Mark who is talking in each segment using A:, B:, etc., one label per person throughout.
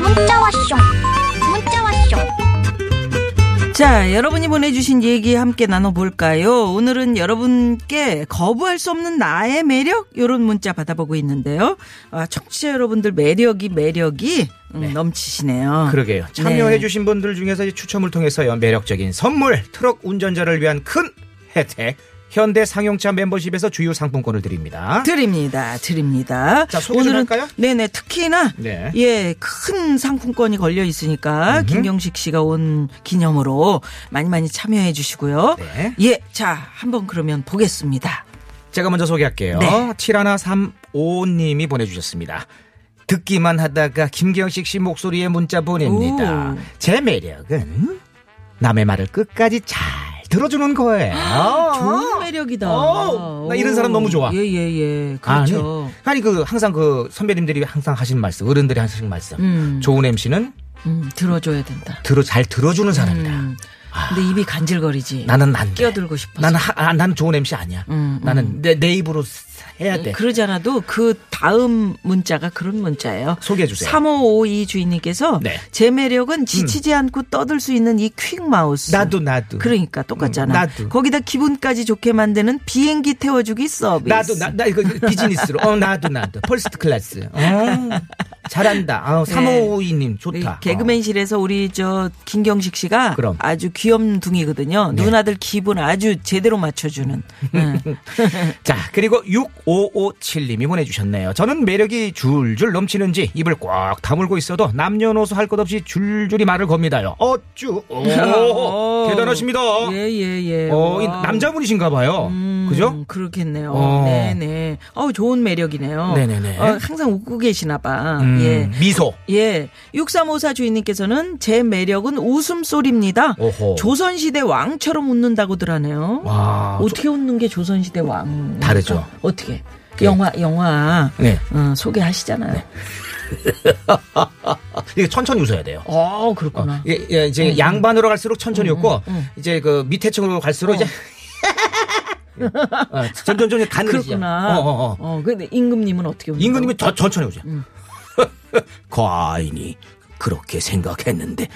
A: 문자 왔쇼 문자 왔쇼
B: 자, 여러분이 보내주신 얘기 함께 나눠볼까요? 오늘은 여러분께 거부할 수 없는 나의 매력? 요런 문자 받아보고 있는데요. 아, 청취자 여러분들 매력이, 매력이 음, 넘치시네요.
C: 네. 그러게요. 참여해주신 분들 중에서 이제 추첨을 통해서요 매력적인 선물, 트럭 운전자를 위한 큰 혜택, 현대 상용차 멤버십에서 주유 상품권을 드립니다.
B: 드립니다. 드립니다.
C: 자, 소개 좀 할까요?
B: 네네. 특히나
C: 네.
B: 예, 큰 상품권이 걸려 있으니까 김경식 씨가 온 기념으로 많이 많이 참여해 주시고요.
C: 네.
B: 예. 자, 한번 그러면 보겠습니다.
C: 제가 먼저 소개할게요.
B: 네.
C: 7135님이 보내주셨습니다. 듣기만 하다가 김경식 씨 목소리에 문자 보냅니다.
B: 오.
C: 제 매력은 남의 말을 끝까지 잘 들어주는 거예요.
B: 아, 좋은 매력이다.
C: 아. 어, 나 이런 사람 너무 좋아.
B: 예, 예, 예. 그렇죠.
C: 아니, 아니 그 항상 그 선배님들이 항상 하신 말씀, 어른들이 하신 말씀.
B: 음.
C: 좋은 MC는
B: 음, 들어줘야 된다.
C: 들어 잘 들어주는 사람이다.
B: 음. 근데 입이 간질거리지.
C: 아. 나는 안 돼.
B: 끼어들고 싶어서.
C: 나는 하, 아, 난 좋은 MC 아니야.
B: 음, 음.
C: 나는 내, 내 입으로 해야 돼.
B: 그러잖아도 그 다음 문자가 그런 문자예요.
C: 소개해 주세요.
B: 3552 주인님께서
C: 네. 음.
B: 제 매력은 지치지 않고 떠들 수 있는 이 퀵마우스.
C: 나도 나도.
B: 그러니까 똑같잖아.
C: 음, 나도.
B: 거기다 기분까지 좋게 만드는 비행기 태워주기 서비스.
C: 나도 나, 나 이거 비즈니스로. 어 나도 나도. 퍼스트 클래스. 어, 잘한다. 아, 3552님
B: 우리
C: 좋다. 어.
B: 네. 개그맨실에서 우리 저 김경식 씨가
C: 그럼. 네.
B: 아주 귀염둥이거든요. 누나들 기분 아주 제대로 맞춰주는. 응.
C: 자, 그리고 6557님이 보내주셨네요. 저는 매력이 줄줄 넘치는지 입을 꽉 다물고 있어도 남녀노소 할 것 없이 줄줄이 말을 겁니다요. 어쭈. 오,
B: 오.
C: 대단하십니다.
B: 예, 예, 예.
C: 어, 이
B: 와우.
C: 남자분이신가 봐요.
B: 음,
C: 그죠?
B: 그렇겠네요.
C: 어.
B: 네네. 어 좋은 매력이네요.
C: 네네네.
B: 어, 항상 웃고 계시나봐.
C: 음,
B: 예.
C: 미소.
B: 예. 6354 주인님께서는 제 매력은 웃음소리입니다.
C: 오호.
B: 조선시대 왕처럼 웃는다고들 하네요.
C: 와.
B: 어떻게 웃는 게 조선시대 왕? 그러니까
C: 다르죠.
B: 어떻게? 영화, 영화.
C: 네.
B: 어, 소개하시잖아요.
C: 이게 천천히 웃어야 음, 돼요.
B: 어, 그렇구나.
C: 예, 예, 이제 양반으로 갈수록 천천히 웃고 이제 그 밑에 층으로 갈수록 이제 어, 점점 점점 가늘어지죠.
B: 그렇구나.
C: 어, 어, 어.
B: 어, 근데 임금님은 어떻게 웃는
C: 임금님이 더 천천히 오죠. 과인이 그렇게 생각했는데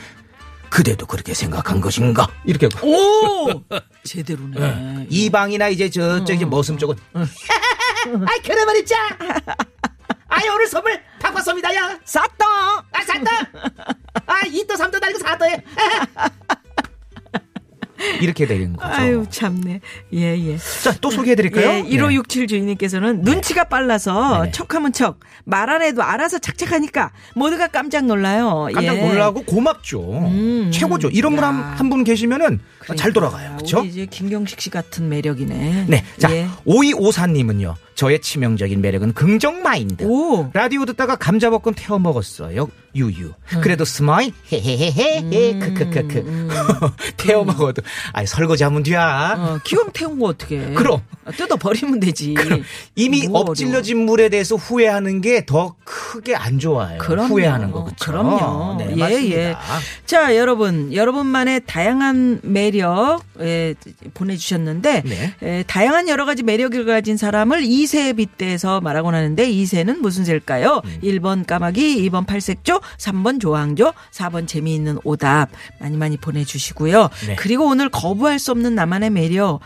C: 그대도 그렇게 생각한 것인가? 이렇게 하고.
B: 오! 제대로네.
C: 이방이나 이제 저쪽 이제 머슴 쪽은 음. 아이 그래 말이자. 아이 오늘 선물 바꿨습니다야.
B: 쌌다!
C: 아 샀다. 아 2도 3도 달고 4도에. 이렇게 되는 거죠.
B: 아유, 참네. 예, 예.
C: 자, 또 소개해 드릴까요? 네.
B: 예, 1567 주인님께서는 눈치가 빨라서 척하면 척, 말 안 해도 알아서 착착하니까 모두가 깜짝 놀라요.
C: 깜짝
B: 예. 음.
C: 놀라고 고맙죠. 최고죠. 이런 분 한 분 계시면은
B: 그러니까.
C: 잘 돌아가요. 그렇죠?
B: 우리 이제 김경식 씨 같은 매력이네.
C: 네. 자,
B: 예.
C: 오이오사님은요. 저의 치명적인 매력은 긍정 마인드.
B: 오.
C: 라디오 듣다가 감자 볶음 태워 먹었어요. 유유.
B: 음.
C: 그래도 스마일 헤헤헤헤 크크크크. 태워 먹어도 아 설거지하면 돼야.
B: 어, 기왕 태운 거 어떻게?
C: 그럼.
B: 뜯어 버리면 되지.
C: 그럼 이미
B: 뭐
C: 엎질러진 물에 대해서 후회하는 게 더 크게 안 좋아요.
B: 그럼요.
C: 후회하는 거 그렇죠.
B: 그럼요.
C: 네,
B: 예,
C: 맞습니다.
B: 예. 자, 여러분, 여러분만의 다양한 매력 예, 보내주셨는데
C: 네.
B: 예, 다양한 여러 가지 매력을 가진 사람을 2세에 빗대서 말하곤 하는데 2세는 무슨 새일까요?
C: 음.
B: 1번 까마귀, 2번 팔색조, 3번 조항조, 4번 재미있는 오답 많이 많이 보내주시고요.
C: 네.
B: 그리고 오늘 거부할 수 없는 나만의 매력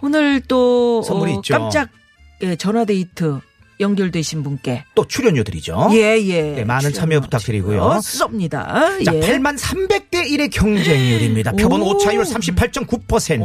B: 오늘 또 어,
C: 선물이 있죠.
B: 깜짝 예, 전화데이트 연결되신 분께
C: 또 출연료 드리죠.
B: 예, 예.
C: 네, 많은 참여 부탁드리고요.
B: 쏩니다.
C: 자,
B: 예.
C: 8만 300대 1의 경쟁률입니다. 표본
B: 오.
C: 오차율 38.9%에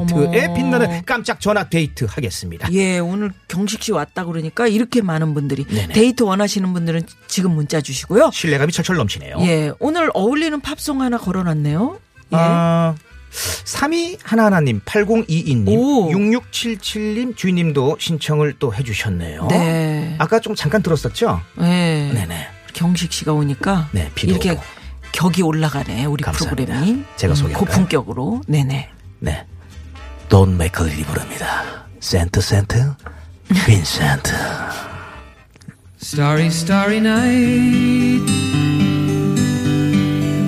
B: 어머.
C: 빛나는 깜짝 전화 데이트 하겠습니다.
B: 예, 오늘 경식 씨 왔다 그러니까 이렇게 많은 분들이 데이트 원하시는 분들은 지금 문자 주시고요.
C: 신뢰감이 철철 넘치네요.
B: 예, 오늘 어울리는 팝송 하나 걸어놨네요. 예.
C: 아, 3위 하나하나님, 8022님,
B: 오.
C: 6677님 주인님도 신청을 또 해주셨네요.
B: 네.
C: 아까 좀 잠깐 들었었죠?
B: 예.
C: 어? 네네.
B: 경식 씨가 오니까
C: 네, 비도
B: 이렇게
C: 오고.
B: 격이 올라가네 우리
C: 감사합니다.
B: 프로그램이. 음,
C: 제가 소개할까요?
B: 고품격으로. 네네.
C: 네. 돈 맥클리 부릅니다. 센트 센트, 빈센트.
D: Starry, starry night.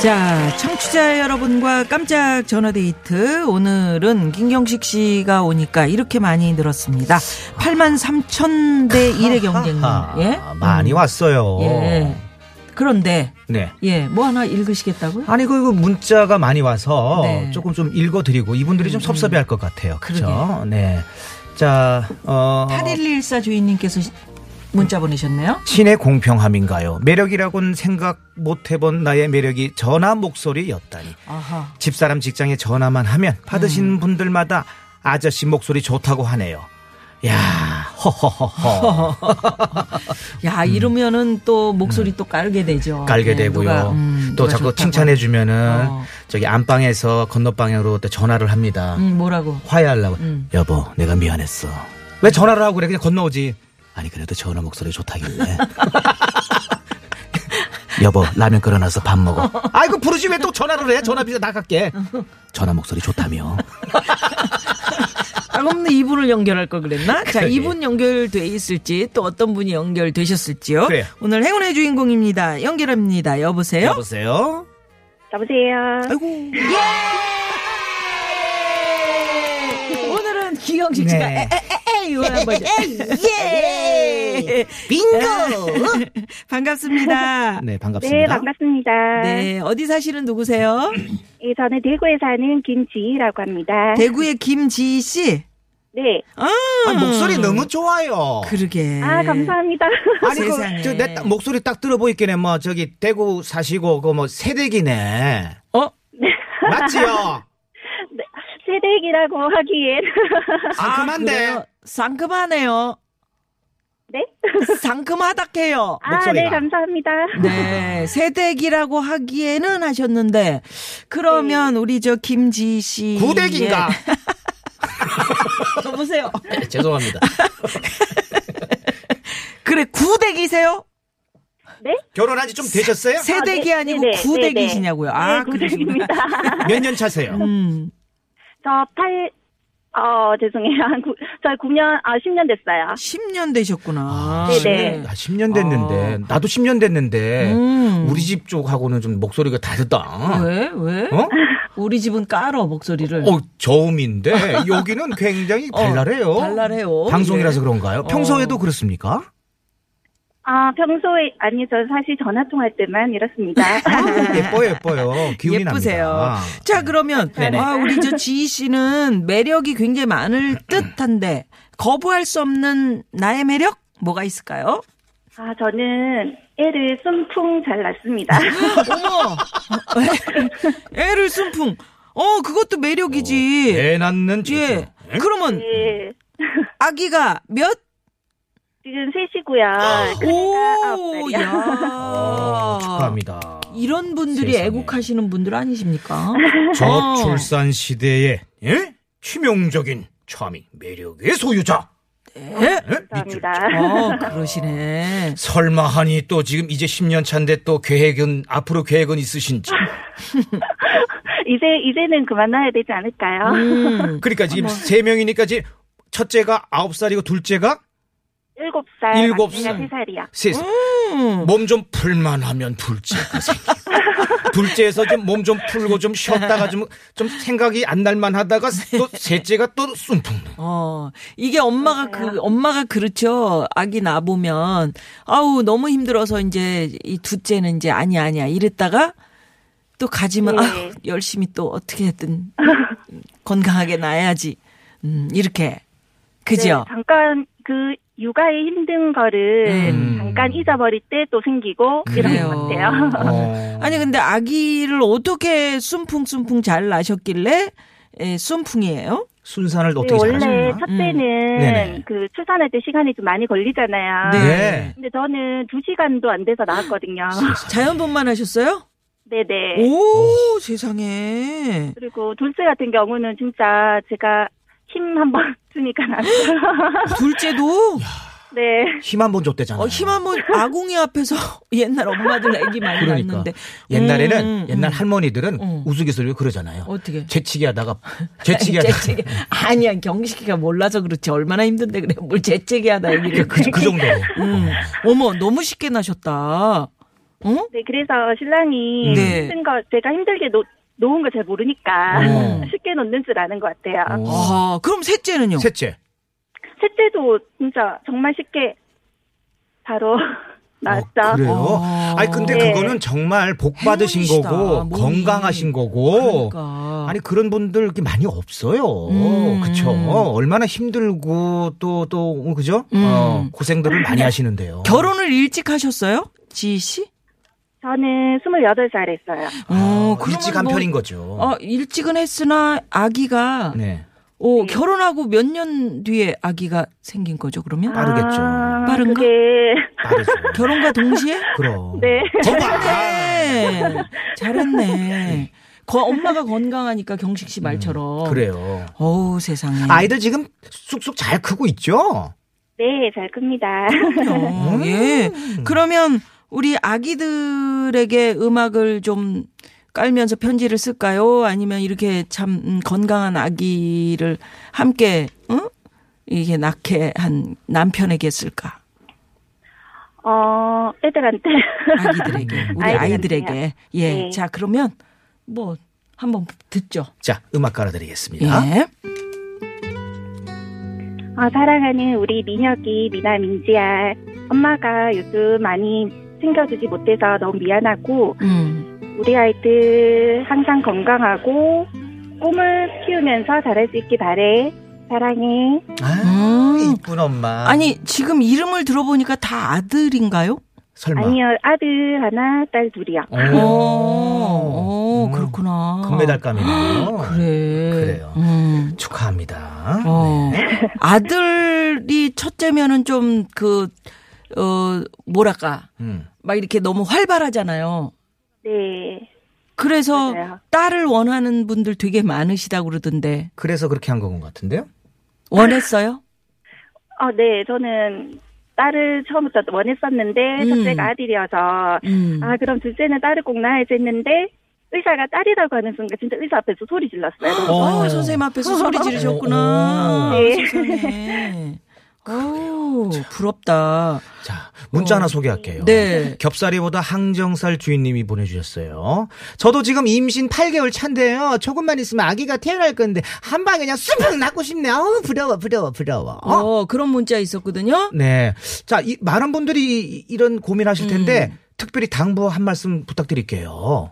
B: 자, 청취자 여러분과 깜짝 전화 데이트. 오늘은 김경식 씨가 오니까 이렇게 많이 늘었습니다. 8만 3천 대 1의 경쟁률.
C: 아,
B: 예?
C: 많이 왔어요.
B: 예. 그런데,
C: 네.
B: 예, 뭐 하나 읽으시겠다고요?
C: 아니 그, 그 문자가 많이 와서
B: 네. 음.
C: 조금 좀 읽어드리고 이분들이 좀 섭섭해할 것 같아요. 그렇죠?
B: 그러게요.
C: 네. 자, 어.
B: 8114 주인님께서 시- 문자 보내셨네요.
C: 신의 공평함인가요? 매력이라곤 생각 못 해본 나의 매력이 전화 목소리였다니.
B: 아하.
C: 집사람 직장에 전화만 하면 받으신
B: 음.
C: 분들마다 아저씨 목소리 좋다고 하네요. 야, 허허허허.
B: 야, 이러면은 또 목소리 또 깔게 되죠.
C: 음. 깔게
B: 예,
C: 되고요.
B: 누가, 음,
C: 또
B: 누가
C: 자꾸
B: 좋다고
C: 칭찬해 주면은
B: 어.
C: 저기 안방에서 건너방향으로 또 전화를 합니다.
B: 음, 뭐라고?
C: 화해하려고.
B: 음.
C: 여보, 내가 미안했어. 왜 전화를 하고 그래? 그냥 건너오지. 아니, 그래도 전화 목소리 좋다길래. 여보, 라면 끓여놔서 밥 먹어. 아이고, 부르지 왜 또 전화를 해? 전화비자 나갈게. 전화 목소리 좋다며.
B: 아, 그럼 이분을 연결할 걸 그랬나? 자,
C: 그러게.
B: 이분 연결돼 있을지 또 어떤 분이 연결되셨을지요.
C: 그래요.
B: 오늘 행운의 주인공입니다. 연결합니다. 여보세요?
C: 여보세요?
E: 여보세요.
C: 아이고.
B: 네. 오늘은 기영식 씨가
C: 네.
B: 에에에 이거 한번 예.
C: 빙고!
B: 반갑습니다.
C: 네, 반갑습니다.
E: 네, 반갑습니다.
B: 네, 어디 사시는 누구세요?
E: 예, 저는 대구에 사는 김지희라고 합니다.
B: 대구의 김지희 씨.
E: 네.
C: 아, 목소리 너무 좋아요.
B: 그러게.
E: 아, 감사합니다.
C: 아니
B: 세상에.
C: 그저내 목소리 딱 들어보이겠네 뭐 저기 대구 사시고 그 뭐 새댁이네
B: 어?
C: 맞지요?
E: 새댁이라고 하기엔.
B: 아,
C: 상큼한데
B: 그래요? 상큼하네요.
E: 네?
B: 상큼하다케요.
E: 아,
C: 목소리가.
E: 네, 감사합니다.
B: 네, 세댁이라고 하기에는 하셨는데 그러면 우리 저 김지희 씨
C: 구댁인가?
B: 예. 여보세요.
C: 죄송합니다.
B: 그래 구댁이세요?
C: 결혼한 지 좀 되셨어요?
B: 세댁이
E: 아,
B: 아,
E: 네,
B: 니고
E: 네, 네,
B: 구댁이시냐고요. 아,
E: 네,
B: 그러시구나.
E: 구댁입니다.
C: 몇 년 차세요?
B: 음.
E: 저 팔, 어, 죄송해요. 한 구, 저 9년, 아, 10년 됐어요.
B: 10년 되셨구나.
E: 네, 네.
C: 나 10년 됐는데 나도 10년 됐는데
B: 아. 음.
C: 우리 집 쪽하고는 좀 목소리가 다르다.
B: 왜? 왜?
C: 어?
B: 우리 집은 깔어 목소리를.
C: 어 저음인데 여기는 굉장히
B: 어,
C: 발랄해요.
B: 발랄해요.
C: 방송이라서 그런가요?
B: 어.
C: 평소에도 그렇습니까?
E: 아, 평소에, 아니, 저 사실 전화 통화할 때만 이렇습니다.
C: 예뻐요, 예뻐요. 기운이
B: 예쁘세요.
C: 납니다.
B: 자, 그러면
C: 네네.
B: 아, 우리 저 지희 씨는 매력이 굉장히 많을 듯한데 거부할 수 없는 나의 매력 뭐가 있을까요?
E: 아, 저는 애를 숨풍 잘 낳습니다.
B: 어머, 애를 순풍. 어, 그것도 매력이지.
C: 애 낳는 지
B: 예. 그러면
E: 네.
B: 아기가 몇?
E: 지금 셋이고요.
B: 오,
E: 그러니까 아홉 살이요.
B: 야.
C: 어, 축하합니다.
B: 이런 분들이
C: 세상에.
B: 애국하시는 분들 아니십니까?
C: 저출산 시대에 예? 치명적인 차미 매력의 소유자.
B: 네?
C: 예? 밑줄 쫙.
E: 감사합니다.
B: 어, 그러시네.
C: 설마 하니 또 지금 이제 10년 차인데 또 계획은 앞으로 계획은 있으신지.
E: 이제 이제는 그만나야 되지 않을까요?
B: 음.
C: 그러니까 지금 세 명이니까 지금 첫째가 9살이고 둘째가
E: 일곱 살,
C: 일곱
E: 막내가
C: 살.
E: 세 살이요.
C: 세 살.
B: 음.
C: 몸 좀 풀만 하면 둘째가 생기고. 둘째에서 좀 몸 좀 풀고 좀 쉬었다가 좀, 좀 생각이 안 날만 하다가 또 셋째가 또 숨풍.
B: 어, 이게 엄마가 그, 엄마가 그렇죠. 아기 낳아보면, 아우, 너무 힘들어서 이제 이 둘째는 이제 아니야, 아니야. 이랬다가 또 가지면,
E: 네.
B: 아우, 열심히 또 어떻게든 음, 건강하게 낳아야지. 음, 이렇게.
E: 네.
B: 그죠?
E: 잠깐 그 육아의 힘든 거를
B: 음.
E: 잠깐 잊어버릴 때 또 생기고 이런 것 같아요.
C: 어.
B: 아니, 근데 아기를 어떻게 숨풍숨풍 잘 나셨길래, 예, 에, 숨풍이에요?
C: 순산을
E: 근데
C: 어떻게
E: 네, 원래
C: 잘하셨나? 음.
E: 첫째는
C: 네네.
E: 그 출산할 때 시간이 좀 많이 걸리잖아요.
C: 네.
E: 근데 저는 두 시간도 안 돼서 나왔거든요.
B: 자연분만 하셨어요?
E: 네네.
B: 오, 세상에.
E: 그리고 둘째 같은 경우는 진짜 제가 힘 한번 주니까 났어요.
B: 둘째도
E: 네.
C: 힘 한 번 줬대잖아.
B: 어, 힘 한번 아궁이 앞에서 옛날 엄마들 애기 많이
C: 그러니까.
B: 낳는데
C: 옛날에는
B: 음, 음, 음.
C: 옛날 할머니들은
B: 음.
C: 우스갯소리로 그러잖아요.
B: 어떻게?
C: 재치기 하다가 재치기 하다가
B: 재채기. 아니야 경식이가 몰라서 그렇지 얼마나 힘든데 그래 뭘 재채기 하다 얘기를
C: 그, 그 정도로.
B: 음. 어머 너무 쉽게 나셨다. 어?
E: 네, 그래서 신랑이
B: 네.
E: 힘든 거, 제가 힘들게 놓, 놓은 걸 잘 모르니까
C: 어.
E: 쉽게 놓는 줄 아는 것 같아요.
C: 어.
B: 아 그럼 셋째는요?
C: 셋째.
E: 셋째도 진짜 정말 쉽게 바로
C: 어,
E: 나왔죠.
C: 그래요?
B: 아.
C: 아니 근데
E: 네.
C: 그거는 정말 복 받으신
B: 행운이시다,
C: 거고
B: 몸이.
C: 건강하신 거고.
B: 그러니까.
C: 아니 그런 분들 이렇게 많이 없어요.
B: 음.
C: 그쵸? 얼마나 힘들고 또 또 그죠?
B: 음.
C: 어, 고생들을 많이 하시는데요.
B: 결혼을 일찍 하셨어요? 지희 씨?
E: 저는 28살 했어요.
C: 아,
B: 그러면
C: 일찍 한
B: 뭐-
C: 편인 거죠.
B: 어, 일찍은 했으나 아기가
C: 네.
B: 오, 결혼하고 몇 년 뒤에 아기가 생긴 거죠, 그러면?
C: 빠르겠죠.
E: 아,
B: 빠른가?
E: 그게,
C: 빠르죠.
B: 결혼과 동시에?
C: 그럼.
E: 네.
B: 잘했네. 잘했네. 거, 엄마가 건강하니까 경식 씨 말처럼.
C: 그래요.
B: 어우, 세상에.
C: 아이들 지금 쑥쑥 잘 크고 있죠?
E: 네, 잘 큽니다.
B: 그럼요. 예. 그러면 우리 아기들에게 음악을 좀 깔면서 편지를 쓸까요? 아니면 이렇게 참 음, 건강한 아기를 함께 응? 이게 낳게 한 남편에게 쓸까?
E: 어, 애들한테.
B: 아기들에게 우리
E: 아이들한테요.
B: 아이들에게 예.
E: 네.
B: 자 그러면 뭐 한번 듣죠.
C: 자, 음악 깔아드리겠습니다.
B: 예.
E: 아, 사랑하는 우리 민혁이, 미나, 민지야. 엄마가 요즘 많이 챙겨주지 못해서 너무 미안하고,
B: 음.
E: 우리 아이들 항상 건강하고, 꿈을 키우면서 잘할 수 있길 바래. 사랑해.
C: 아,
B: 음.
C: 이쁜 엄마.
B: 아니 지금 이름을 들어보니까 다 아들인가요?
C: 설마.
E: 아니요, 아들 하나, 딸 둘이요.
B: 오,
C: 음,
B: 오, 어. 그렇구나. 아,
C: 금메달감이네요.
B: 그래.
C: 그래요.
B: 음.
C: 축하합니다.
B: 어.
C: 네.
B: 아들이 첫째면은 좀 그, 어, 뭐랄까.
C: 음.
B: 막 이렇게 너무 활발하잖아요.
E: 네.
B: 그래서
E: 맞아요.
B: 딸을 원하는 분들 되게 많으시다고 그러던데.
C: 그래서 그렇게 한 건 같은데요?
B: 원했어요?
E: 어, 네, 저는 딸을 처음부터 원했었는데,
B: 음.
E: 첫째가 아들이어서,
B: 음.
E: 아, 그럼 둘째는 딸을 꼭 낳아야지 했는데, 의사가 딸이라고 하는 순간 진짜 의사 앞에서 소리 질렀어요.
C: 어.
B: 아, 선생님 앞에서 소리 지르셨구나.
C: 어,
E: 어. 네.
B: 세상에. 오, 어, 부럽다.
C: 자, 문자
B: 어.
C: 하나 소개할게요.
B: 네.
C: 겹사리보다 항정살 주인님이 보내주셨어요. 저도 지금 임신 8개월 차인데요. 조금만 있으면 아기가 태어날 건데, 한 방에 그냥 수박 낳고 싶네. 어우, 부러워, 부러워, 부러워.
B: 어, 그런 문자 있었거든요.
C: 네. 자, 이, 많은 분들이 이- 이런 고민하실
B: 음.
C: 텐데, 특별히 당부 한 말씀 부탁드릴게요.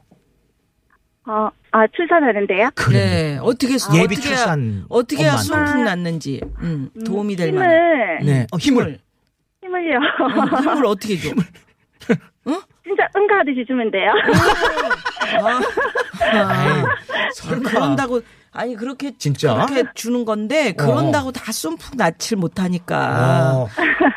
E: 어, 아, 출산하는데요?
B: 네. 어떻게, 어떻게,
C: 예비 출산
B: 어떻게 해야
C: 엄마한테.
B: 숨풍 났는지, 음,
E: 음,
B: 도움이 될 만한.
E: 힘을,
C: 네. 어, 힘을.
E: 힘을요.
B: 어, 힘을 어떻게 줘?
E: 진짜 응가하듯이 주면 돼요.
B: 아,
C: 아이,
B: 아,
C: 설마.
B: 그런다고 아니 그렇게
C: 진짜?
B: 그렇게 주는 건데 그런다고 다 숨푹 낫질 못하니까
C: 어.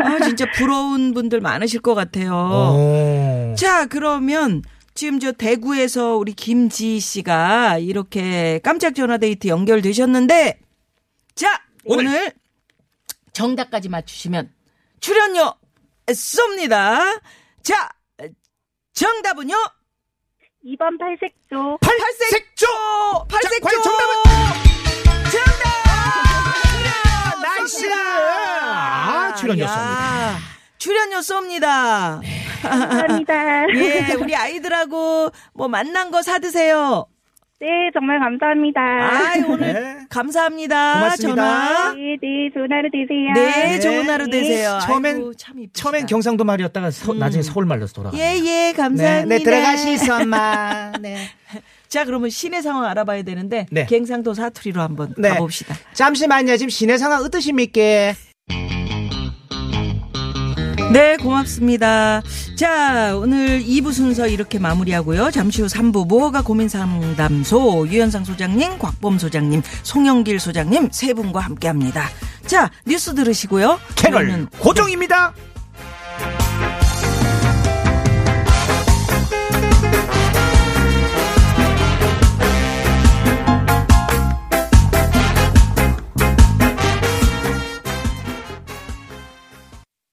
B: 아 진짜 부러운 분들 많으실 것 같아요.
C: 어.
B: 자 그러면 지금 저 대구에서 우리 김지희 씨가 이렇게 깜짝 전화 데이트 연결되셨는데 자 오늘, 정답까지 맞추시면 출연료 쏩니다. 자 정답은요
E: 2번 팔색조.
C: 팔색조!
B: 팔색조
C: 과연 정답은?
B: 정답
C: 날씨다! 아, 출연료
B: 야, 출연료 쏩니다.
C: 네.
E: 감사합니다.
B: 예, 우리 아이들하고 뭐 만난 거 사드세요.
E: 네, 정말 감사합니다.
B: 아, 오늘
C: 네.
B: 감사합니다.
C: 고맙습니다.
B: 전화.
E: 네, 네, 좋은 하루 되세요.
B: 네,
C: 네.
B: 좋은 하루 되세요.
C: 처음엔-
B: 아이고, 참 이쁘시다.
C: 처음엔 경상도 말이었다가 서- 나중에 서울 말로 돌아가.
B: 음. 예, 예, 감사합니다.
C: 네, 엄마. 네.
B: 자, 그러면 시내 상황 알아봐야 되는데
C: 네.
B: 갱상도 사투리로 한번
C: 네.
B: 가봅시다.
C: 잠시만요. 지금 시내 상황 어떠십니까?
B: 네, 고맙습니다. 자, 오늘 2부 순서 이렇게 마무리하고요. 잠시 후 3부 무허가 고민 상담소 유현상 소장님, 곽범 소장님, 송영길 소장님 세 분과 함께 합니다. 자, 뉴스 들으시고요.
C: 채널
B: 저희는
C: 고정입니다.